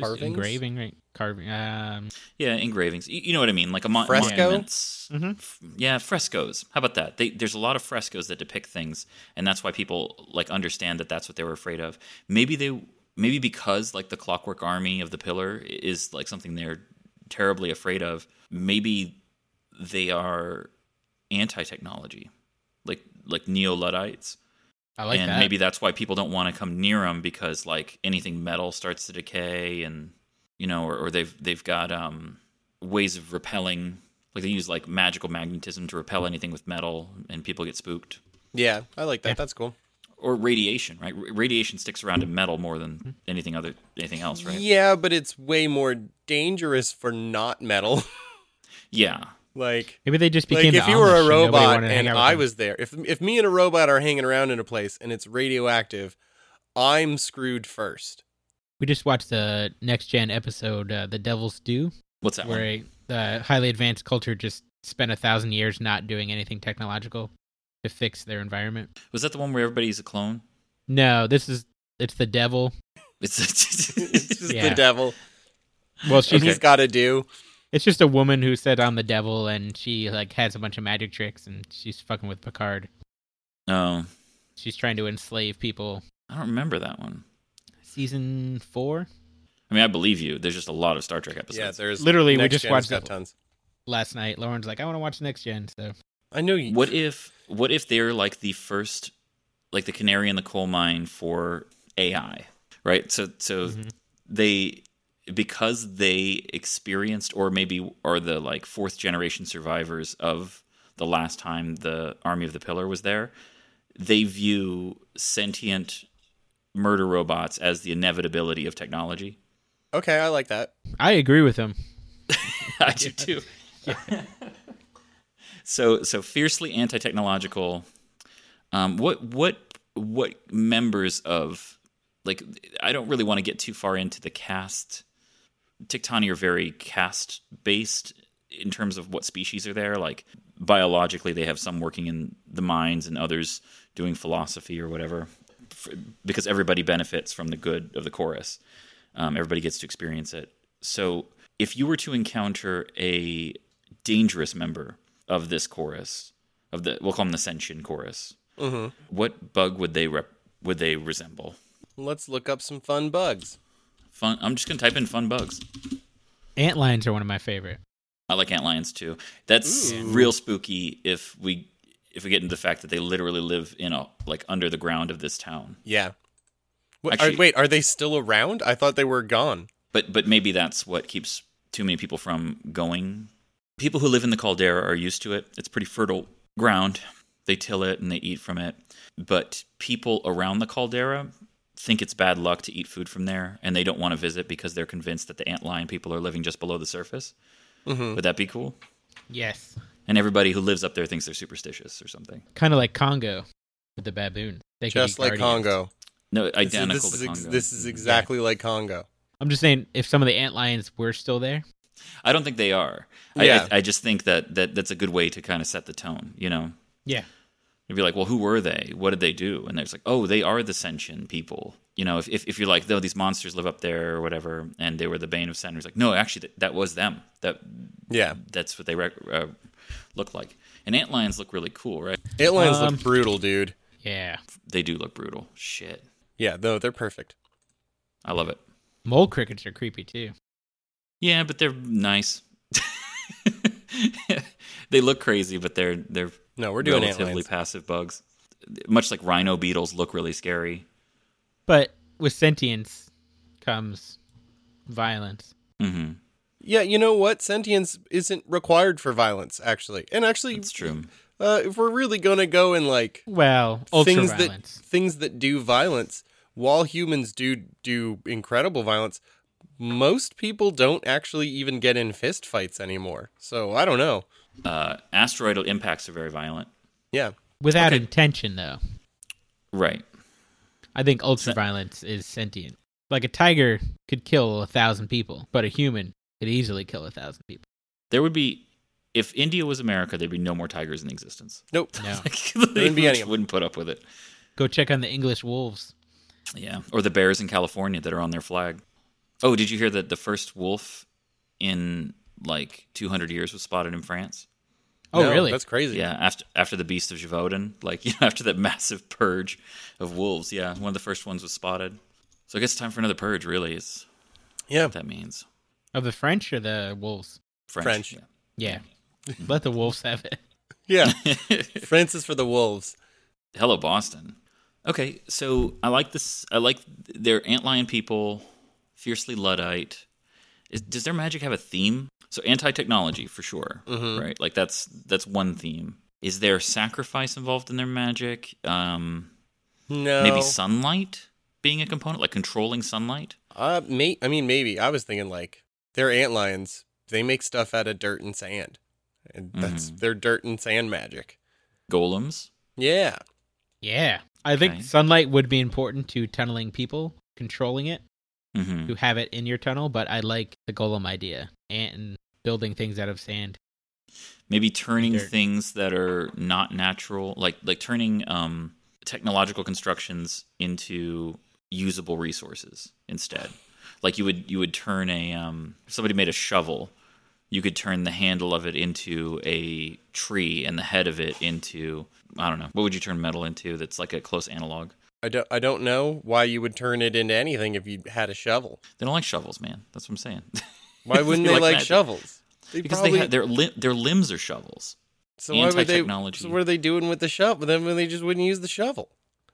S7: Just engraving, right? Carving. Um,
S5: Yeah, engravings. You, you know what I mean, like a mon-
S6: Fresco?
S5: monuments. F- Yeah, frescoes. How about that? They, there's a lot of frescoes that depict things, and that's why people like understand that that's what they were afraid of. Maybe they, maybe because like the Clockwork Army of the Pillar is like something they're terribly afraid of. Maybe they are anti-technology, like like neo Luddites.
S7: I like
S5: and
S7: that.
S5: maybe that's why people don't want to come near them because like anything metal starts to decay and you know or, or they've they've got um ways of repelling like they use like magical magnetism to repel anything with metal and people get spooked
S6: Yeah, I like that. That's cool.
S5: or radiation right R- radiation sticks around to metal more than anything other anything else right
S6: Yeah, but it's way more dangerous for not metal. *laughs*
S5: yeah
S6: like
S7: Maybe they just
S6: like,
S7: became
S6: if
S7: the
S6: you were
S7: Amish
S6: a
S7: and nobody
S6: robot
S7: wanted to hang
S6: and
S7: out with
S6: I
S7: them.
S6: was there, if if me and a robot are hanging around in a place and it's radioactive, I'm screwed first. *laughs*
S7: we just watched the next gen episode, uh, "The Devil's Due."
S5: What's that
S7: Where a the highly advanced culture just spent a thousand years not doing anything technological to fix their environment.
S5: was that the one where everybody's a clone *laughs*
S7: No, this is it's the devil.
S5: it's,
S6: It's just
S7: Yeah.
S6: the devil.
S7: Well, she's
S6: he's got to do.
S7: It's just a woman who said I'm the devil, and she like has a bunch of magic tricks, and she's fucking with Picard.
S5: oh
S7: She's trying to enslave people.
S5: i don't remember that one
S7: Season four,
S5: i mean i believe you there's just a lot of star trek episodes
S6: Yeah, there's
S7: literally, we
S6: next
S7: just
S6: gen's
S7: watched
S6: got
S7: it
S6: tons.
S7: last night. Lauren's like, I want to watch next gen. So
S6: I know you.
S5: What if what if they're like the first like the canary in the coal mine for AI, right? So so they because they experienced or maybe are the like fourth generation survivors of the last time the army of the pillar was there, they view sentient murder robots as the inevitability of technology.
S6: Okay, I like that.
S7: I agree with him.
S5: *laughs* I do too. *laughs* so so fiercely anti-technological. Um, what what what members of like I don't really want to get too far into the cast. Tiktani are very caste based in terms of what species are there. Like biologically, they have some working in the mines and others doing philosophy or whatever, f because everybody benefits from the good of the chorus. Um, everybody gets to experience it. So if you were to encounter a dangerous member of this chorus, of the we'll call them the sentient chorus,
S6: Mhm.
S5: what bug would they rep- would they resemble?
S6: Let's look up some fun bugs.
S5: Fun. I'm just gonna type in fun bugs.
S7: Ant lions are one of my favorite.
S5: I like ant lions too. That's
S6: Ooh.
S5: real spooky if we if we get into the fact that they literally live in a like under the ground of this town.
S6: Yeah. Wait,
S5: Actually-
S6: are, wait, are they still around? I thought they were gone.
S5: But but maybe that's what keeps too many people from going. People who live in the caldera are used to it. It's pretty fertile ground. They till it and they eat from it. But people around the caldera think it's bad luck to eat food from there and they don't want to visit because they're convinced that the ant lion people are living just below the surface.
S6: Mhm.
S5: Would that be cool?
S7: Yes,
S5: And everybody who lives up there thinks they're superstitious or something.
S7: kind of like Congo with the baboon. They could
S6: Just
S7: be
S6: like
S7: guardians.
S6: Congo.
S5: No,
S6: This is-
S5: identical
S6: This is,
S5: to
S6: ex-
S5: Congo. Mm-hmm.
S6: this is exactly like Congo.
S7: I'm just saying, if some of the ant lions were still there,
S5: I don't think they are. I-
S6: Yeah.
S5: I, I just think that, that that's a good way to kind of set the tone, you know?
S7: yeah,
S5: You'd be like, well, who were they? What did they do? And there's like, oh, they are the sentient people. You know, if, if, if you're like, no, these monsters live up there or whatever, and they were the bane of sin, it's like, no, actually, that, that was them. That
S6: Yeah.
S5: That's what they rec- uh, look like. And ant lions look really cool, right?
S6: It lions
S7: Um,
S6: look brutal, dude.
S7: yeah.
S5: They do look brutal. Shit.
S6: Yeah, no, they're perfect.
S5: I love it.
S7: Mole crickets are creepy too.
S5: Yeah, but they're nice. *laughs* they look crazy, but they're they're
S6: No, we're doing ant
S5: relatively
S6: lions.
S5: passive bugs. Much like rhino beetles look really scary.
S7: But with sentience comes violence.
S5: hmm
S6: Yeah, you know what? Sentience isn't required for violence, actually. And actually,
S5: That's true.
S6: Uh, if we're really gonna go in like
S7: Well, ultra
S6: things
S7: violence.
S6: that things that do violence, while humans do do incredible violence, most people don't actually even get in fist fights anymore. So I don't know.
S5: Uh, asteroidal impacts are very violent.
S6: Yeah,
S7: Without
S5: Okay.
S7: intention, though,
S5: Right.
S7: I think ultra violence is sentient. Like a tiger could kill a thousand people, but a human could easily kill a thousand people.
S5: There would be if India was America, there'd be no more tigers in existence.
S6: *laughs* Nope.
S5: *laughs*
S7: No.
S5: they
S7: Wouldn't be any of
S5: just
S7: 'em.
S5: wouldn't put up with it.
S7: Go check on the English wolves.
S5: Yeah, or the bears in California that are on their flag. Oh, did you hear that the first wolf in like 200 years was spotted in France?
S7: Oh, No, really? that's
S6: crazy.
S5: Yeah, after after the Beast of Gévaudan, like *laughs* you know, after that massive purge of wolves, yeah, one of the first ones was spotted. So I guess it's time for another purge. Really, is
S6: yeah
S5: *laughs* what that means
S7: Of the French or the wolves?
S5: French.
S6: French.
S5: yeah.
S7: Yeah. *laughs* Let the wolves have it.
S6: Yeah.
S5: *laughs*
S6: France is for the wolves.
S5: Hello, Boston. Okay, so I like this. I like their antlion people, fiercely Luddite. Is, does their magic have a theme? So anti-technology for sure,
S6: Mhm.
S5: right? Like that's that's one theme. Is there sacrifice involved in their magic? Um,
S6: No.
S5: Maybe sunlight being a component, like controlling sunlight.
S6: Uh, may- I mean, maybe. I was thinking like they're antlions. They make stuff out of dirt and sand. And that's
S5: Mm-hmm.
S6: their dirt and sand magic.
S5: Golems.
S6: Yeah.
S7: Yeah. I think
S5: Okay.
S7: sunlight would be important to tunneling people, controlling it,
S5: Mhm.
S6: Hmm.
S7: to have it in your tunnel, but I like the golem idea and building things out of sand.
S5: Maybe turning
S7: Dirt.
S5: things that are not natural, like like turning um, technological constructions into usable resources instead. Like you would you would turn a um, if somebody made a shovel, you could turn the handle of it into a tree and the head of it into I don't know what would you turn metal into that's like a close analog.
S6: I don't, I don't know why you would turn it into anything if you had a shovel.
S5: They don't like shovels, man. That's what I'm saying.
S6: Why wouldn't
S5: *laughs*
S6: they
S5: They like
S6: like,
S5: magic.
S6: shovels?
S5: because they ha- their li- their limbs are shovels.
S6: so why would they,
S5: Anti-technology.
S6: So what are they doing with the shovel? Then when they just wouldn't use the shovel.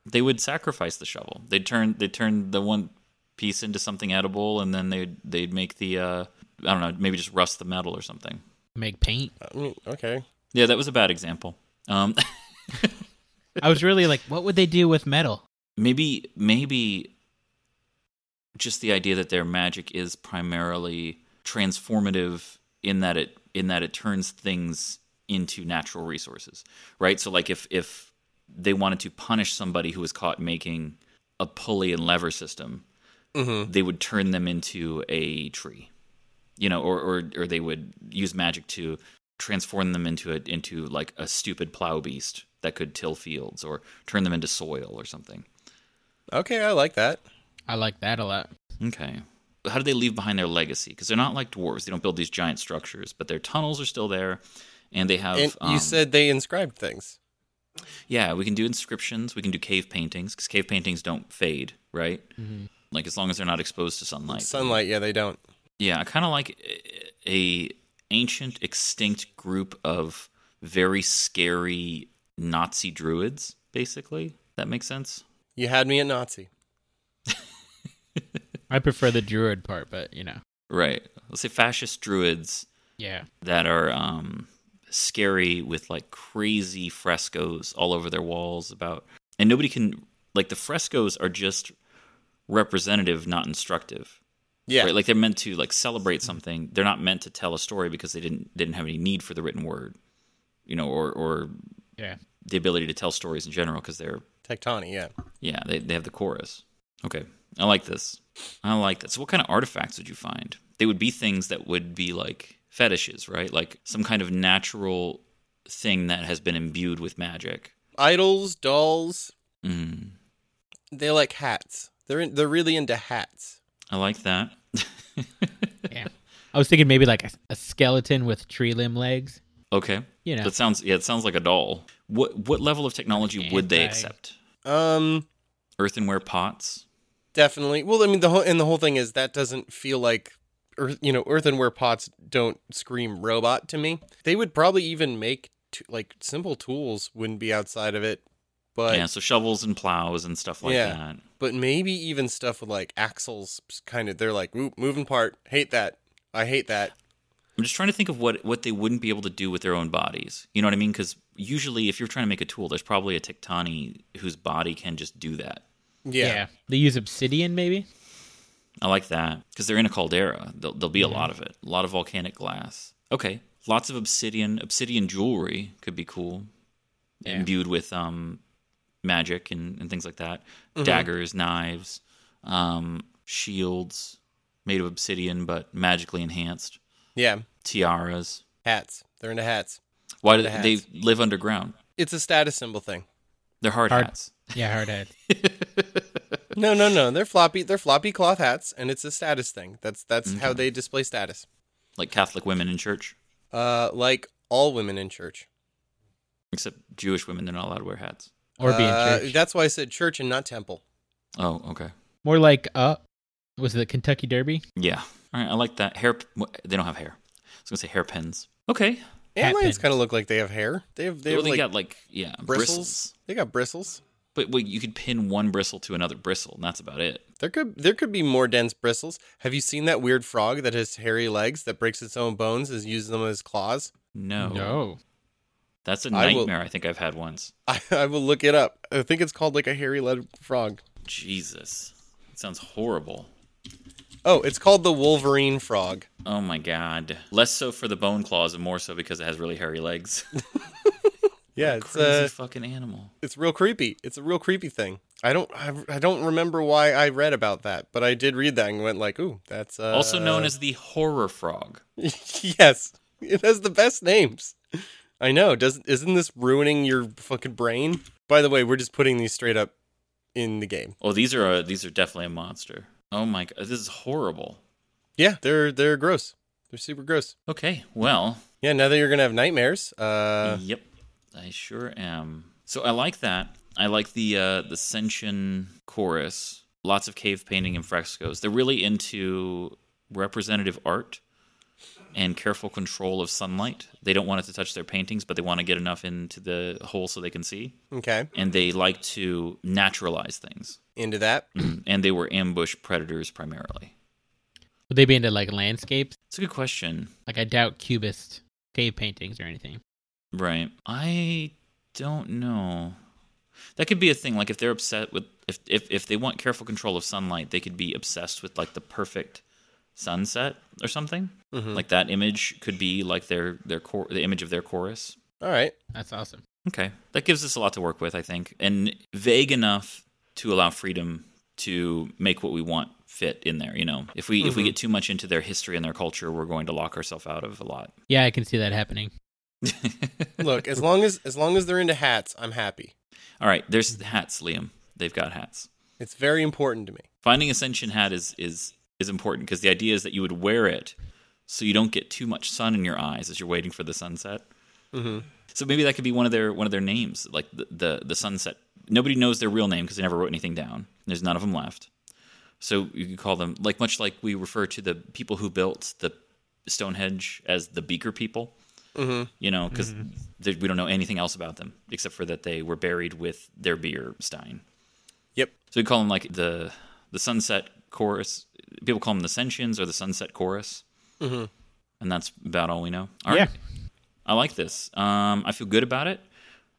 S5: they would sacrifice the shovel. They'd turn they turn the one piece into something edible, and then they'd they'd make the uh, I don't know maybe just rust the metal or something.
S7: Make paint.
S6: I mean, okay.
S5: Yeah, that was a bad example. Um, *laughs*
S7: I was really like, what would they do with metal?
S5: maybe maybe just the idea that their magic is primarily transformative in that it in that it turns things into natural resources right so like if if they wanted to punish somebody who was caught making a pulley and lever system
S6: Mm-hmm.
S5: they would turn them into a tree you know or or, or they would use magic to transform them into a into like a stupid plow beast that could till fields or turn them into soil or something
S6: Okay, I like that.
S7: I like that a lot.
S5: Okay. How do they leave behind their legacy? Because they're not like dwarves. They don't build these giant structures, but their tunnels are still there, and they have.
S6: and
S5: um,
S6: you said they inscribed things.
S5: yeah, we can do inscriptions. We can do cave paintings because cave paintings don't fade, right?
S6: Mhm.
S5: Like as long as they're not exposed to sunlight.
S6: Sunlight, yeah, they don't.
S5: Yeah, I kind of like a- a ancient extinct group of very scary Nazi druids, basically. That makes sense.
S6: You had me at Nazi.
S7: I prefer the druid part, but you know.
S5: Right. Let's say fascist druids
S7: Yeah.
S5: that are um, scary with like crazy frescoes all over their walls about and nobody can like the frescoes are just representative not instructive
S6: Yeah.
S5: right? like they're meant to like celebrate something they're not meant to tell a story because they didn't they didn't have any need for the written word you know or or
S7: Yeah.
S5: the ability to tell stories in general because they're
S6: Tectani, yeah.
S5: yeah they, they have the chorus okay i like this i like that so what kind of artifacts would you find they would be things that would be like fetishes right like some kind of natural thing that has been imbued with magic
S6: Idols, dolls,
S5: mm,
S6: they like hats. They're in, they're really into hats.
S5: i like that *laughs*
S6: *laughs*
S7: Yeah. I was thinking maybe like a, a skeleton with tree limb legs.
S5: okay
S7: You know.
S5: that sounds yeah it sounds like a doll what what level of technology would they
S7: Anti-
S5: accept
S6: Um
S5: earthenware pots
S6: Definitely. Well, I mean, the whole and the whole thing is that doesn't feel like, earth, you know, earthenware pots don't scream robot to me. They would probably even make t- like simple tools wouldn't be outside of it, but
S5: yeah so shovels and plows and stuff like
S6: Yeah.
S5: that
S6: but maybe even stuff with like axles, kind of. They're like, oop, moving part. Hate that. I hate that.
S5: I'm just trying to think of what what they wouldn't be able to do with their own bodies. You know what I mean? Because usually, if you're trying to make a tool, there's probably a Tectani whose body can just do that.
S6: Yeah.
S7: They use obsidian maybe?
S5: I like that because they're in a caldera. There'll, there'll be a lot of it, a lot of volcanic glass. Okay, lots of obsidian. Obsidian jewelry could be cool,
S7: Yeah.
S5: imbued with um, magic and, and things like that.
S6: Mhm.
S5: Daggers, knives, um, shields made of obsidian but magically enhanced.
S6: Yeah.
S5: Tiaras.
S6: Hats. They're into hats.
S5: Why do
S6: Into
S5: they
S6: hats.
S5: live underground?
S6: It's a status symbol thing.
S5: They're hard,
S7: Hard-
S5: hats. *laughs*
S7: Yeah, hard head.
S6: No, no, no. They're floppy. They're floppy cloth hats, and it's a status thing. That's that's how they display status.
S5: like Catholic women in church,
S6: Uh, like all women in church.
S5: except Jewish women. They're not allowed to wear hats.
S7: Or be in
S6: Uh,
S7: church.
S6: That's why I said church and not temple.
S5: Oh, okay.
S7: More like uh was it the Kentucky Derby?
S5: Yeah. All right. I like that. Hair. They don't have hair. I was gonna say hairpins. Okay.
S7: Hat
S6: Aliens
S7: pins.
S6: kind of look like they have hair. They have they
S5: Well,
S6: have
S5: they
S6: like,
S5: got like yeah
S6: bristles.
S5: bristles,
S6: They got bristles.
S5: but well, you could pin one bristle to another bristle, and that's about it.
S6: There could there could be more dense bristles. Have you seen that weird frog that has hairy legs that breaks its own bones and uses them as claws? *laughs*
S5: No.
S7: No.
S5: That's a
S6: I will-
S5: nightmare. I think I've had once.
S6: I, I will look it up. I think it's called like a hairy leg frog.
S5: Jesus. It sounds horrible.
S6: Oh, it's called the Wolverine frog.
S5: Oh my god. Less so for the bone claws and more so because it has really hairy legs. *laughs*
S6: Yeah, it's
S5: Crazy
S6: uh,
S5: fucking animal.
S6: it's real creepy. It's a real creepy thing. I don't I, I don't remember why I read about that, but I did read that and went like, "Ooh, that's uh,
S5: also known as the horror frog.
S6: *laughs* yes, it has the best names. I know. Doesn't isn't this ruining your fucking brain? By the way, we're just putting these straight up in the game.
S5: Oh, these are a, these are definitely a monster. Oh my god, this is horrible.
S6: Yeah, they're they're gross. They're super gross.
S5: Okay, well,
S6: Yeah, now that you're gonna have nightmares. Uh,
S5: yep, I sure am. So I like that. I like the uh, the Senshin chorus. Lots of cave painting and frescoes. They're really into representative art and careful control of sunlight. They don't want it to touch their paintings, but they want to get enough into the hole so they can see.
S6: okay,
S5: And they like to naturalize things. *clears throat*
S6: into that.
S5: and they were ambush predators primarily.
S7: Would they be into like landscapes?
S5: It's a good question.
S7: Like I doubt cubist cave paintings or anything.
S5: Right. I don't know. That could be a thing. Like if they're upset with if if if they want careful control of sunlight, they could be obsessed with like the perfect sunset or something.
S6: Mhm.
S5: Mm-hmm. Like that image could be like their their cor- the image of their chorus.
S6: All right.
S7: That's awesome.
S5: Okay. That gives us a lot to work with, I think, and vague enough to allow freedom to make what we want fit in there, you know. If we if we
S6: Mhm.
S5: get too much into their history and their culture, we're going to lock ourselves out of a lot.
S7: Yeah, I can see that happening.
S6: Look, as long as as long as they're into hats, I'm happy.
S5: All right, there's hats, Liam. They've got hats.
S6: It's very important to me.
S5: Finding ascension hat is is is important because the idea is that you would wear it so you don't get too much sun in your eyes as you're waiting for the sunset.
S6: Mm-hmm.
S5: So maybe that could be one of their one of their names, like the the, the sunset. Nobody knows their real name because they never wrote anything down. There's none of them left. So you could call them like much like we refer to the people who built the Stonehenge as the Beaker people.
S6: Mm-hmm.
S5: You know, because we don't know anything else about them except for that they were buried with their beer stein.
S6: Yep.
S5: So we call them like the the sunset chorus. People call them the Sentients or the sunset chorus,
S6: Mm-hmm.
S5: and that's about all we know. All
S7: Yeah.
S5: right. I like this. Um, I feel good about it,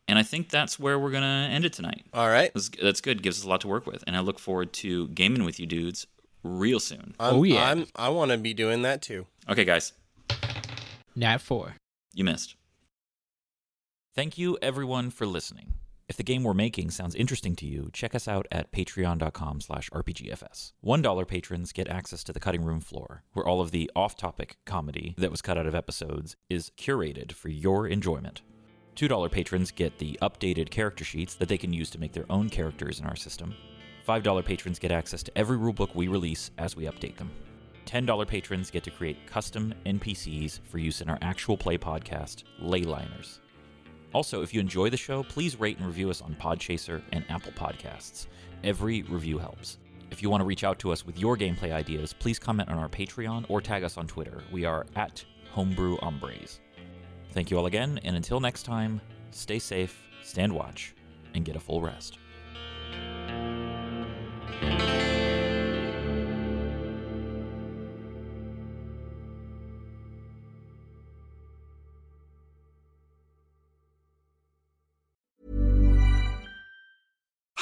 S5: and I think that's where we're gonna end it tonight.
S6: All right.
S5: That's, that's good. Gives us a lot to work with, and I look forward to gaming with you dudes real soon.
S6: I'm,
S7: Oh, yeah.
S6: I'm, I want to be doing that too.
S5: Okay, guys.
S7: Nat four.
S5: You missed. Thank you, everyone, for listening. If the game we're making sounds interesting to you, check us out at patreon.com slash rpgfs. $1 patrons get access to the cutting room floor, where all of the off-topic comedy that was cut out of episodes is curated for your enjoyment. $2 patrons get the updated character sheets that they can use to make their own characters in our system. $5 patrons get access to every rulebook we release as we update them. $10 patrons get to create custom NPCs for use in our actual play podcast, Leyliners. Also, if you enjoy the show, please rate and review us on Podchaser and Apple Podcasts. Every review helps. If you want to reach out to us with your gameplay ideas, please comment on our Patreon or tag us on Twitter. We are at Homebrew Hombres. Thank you all again, and until next time, stay safe, stand watch, and get a full rest.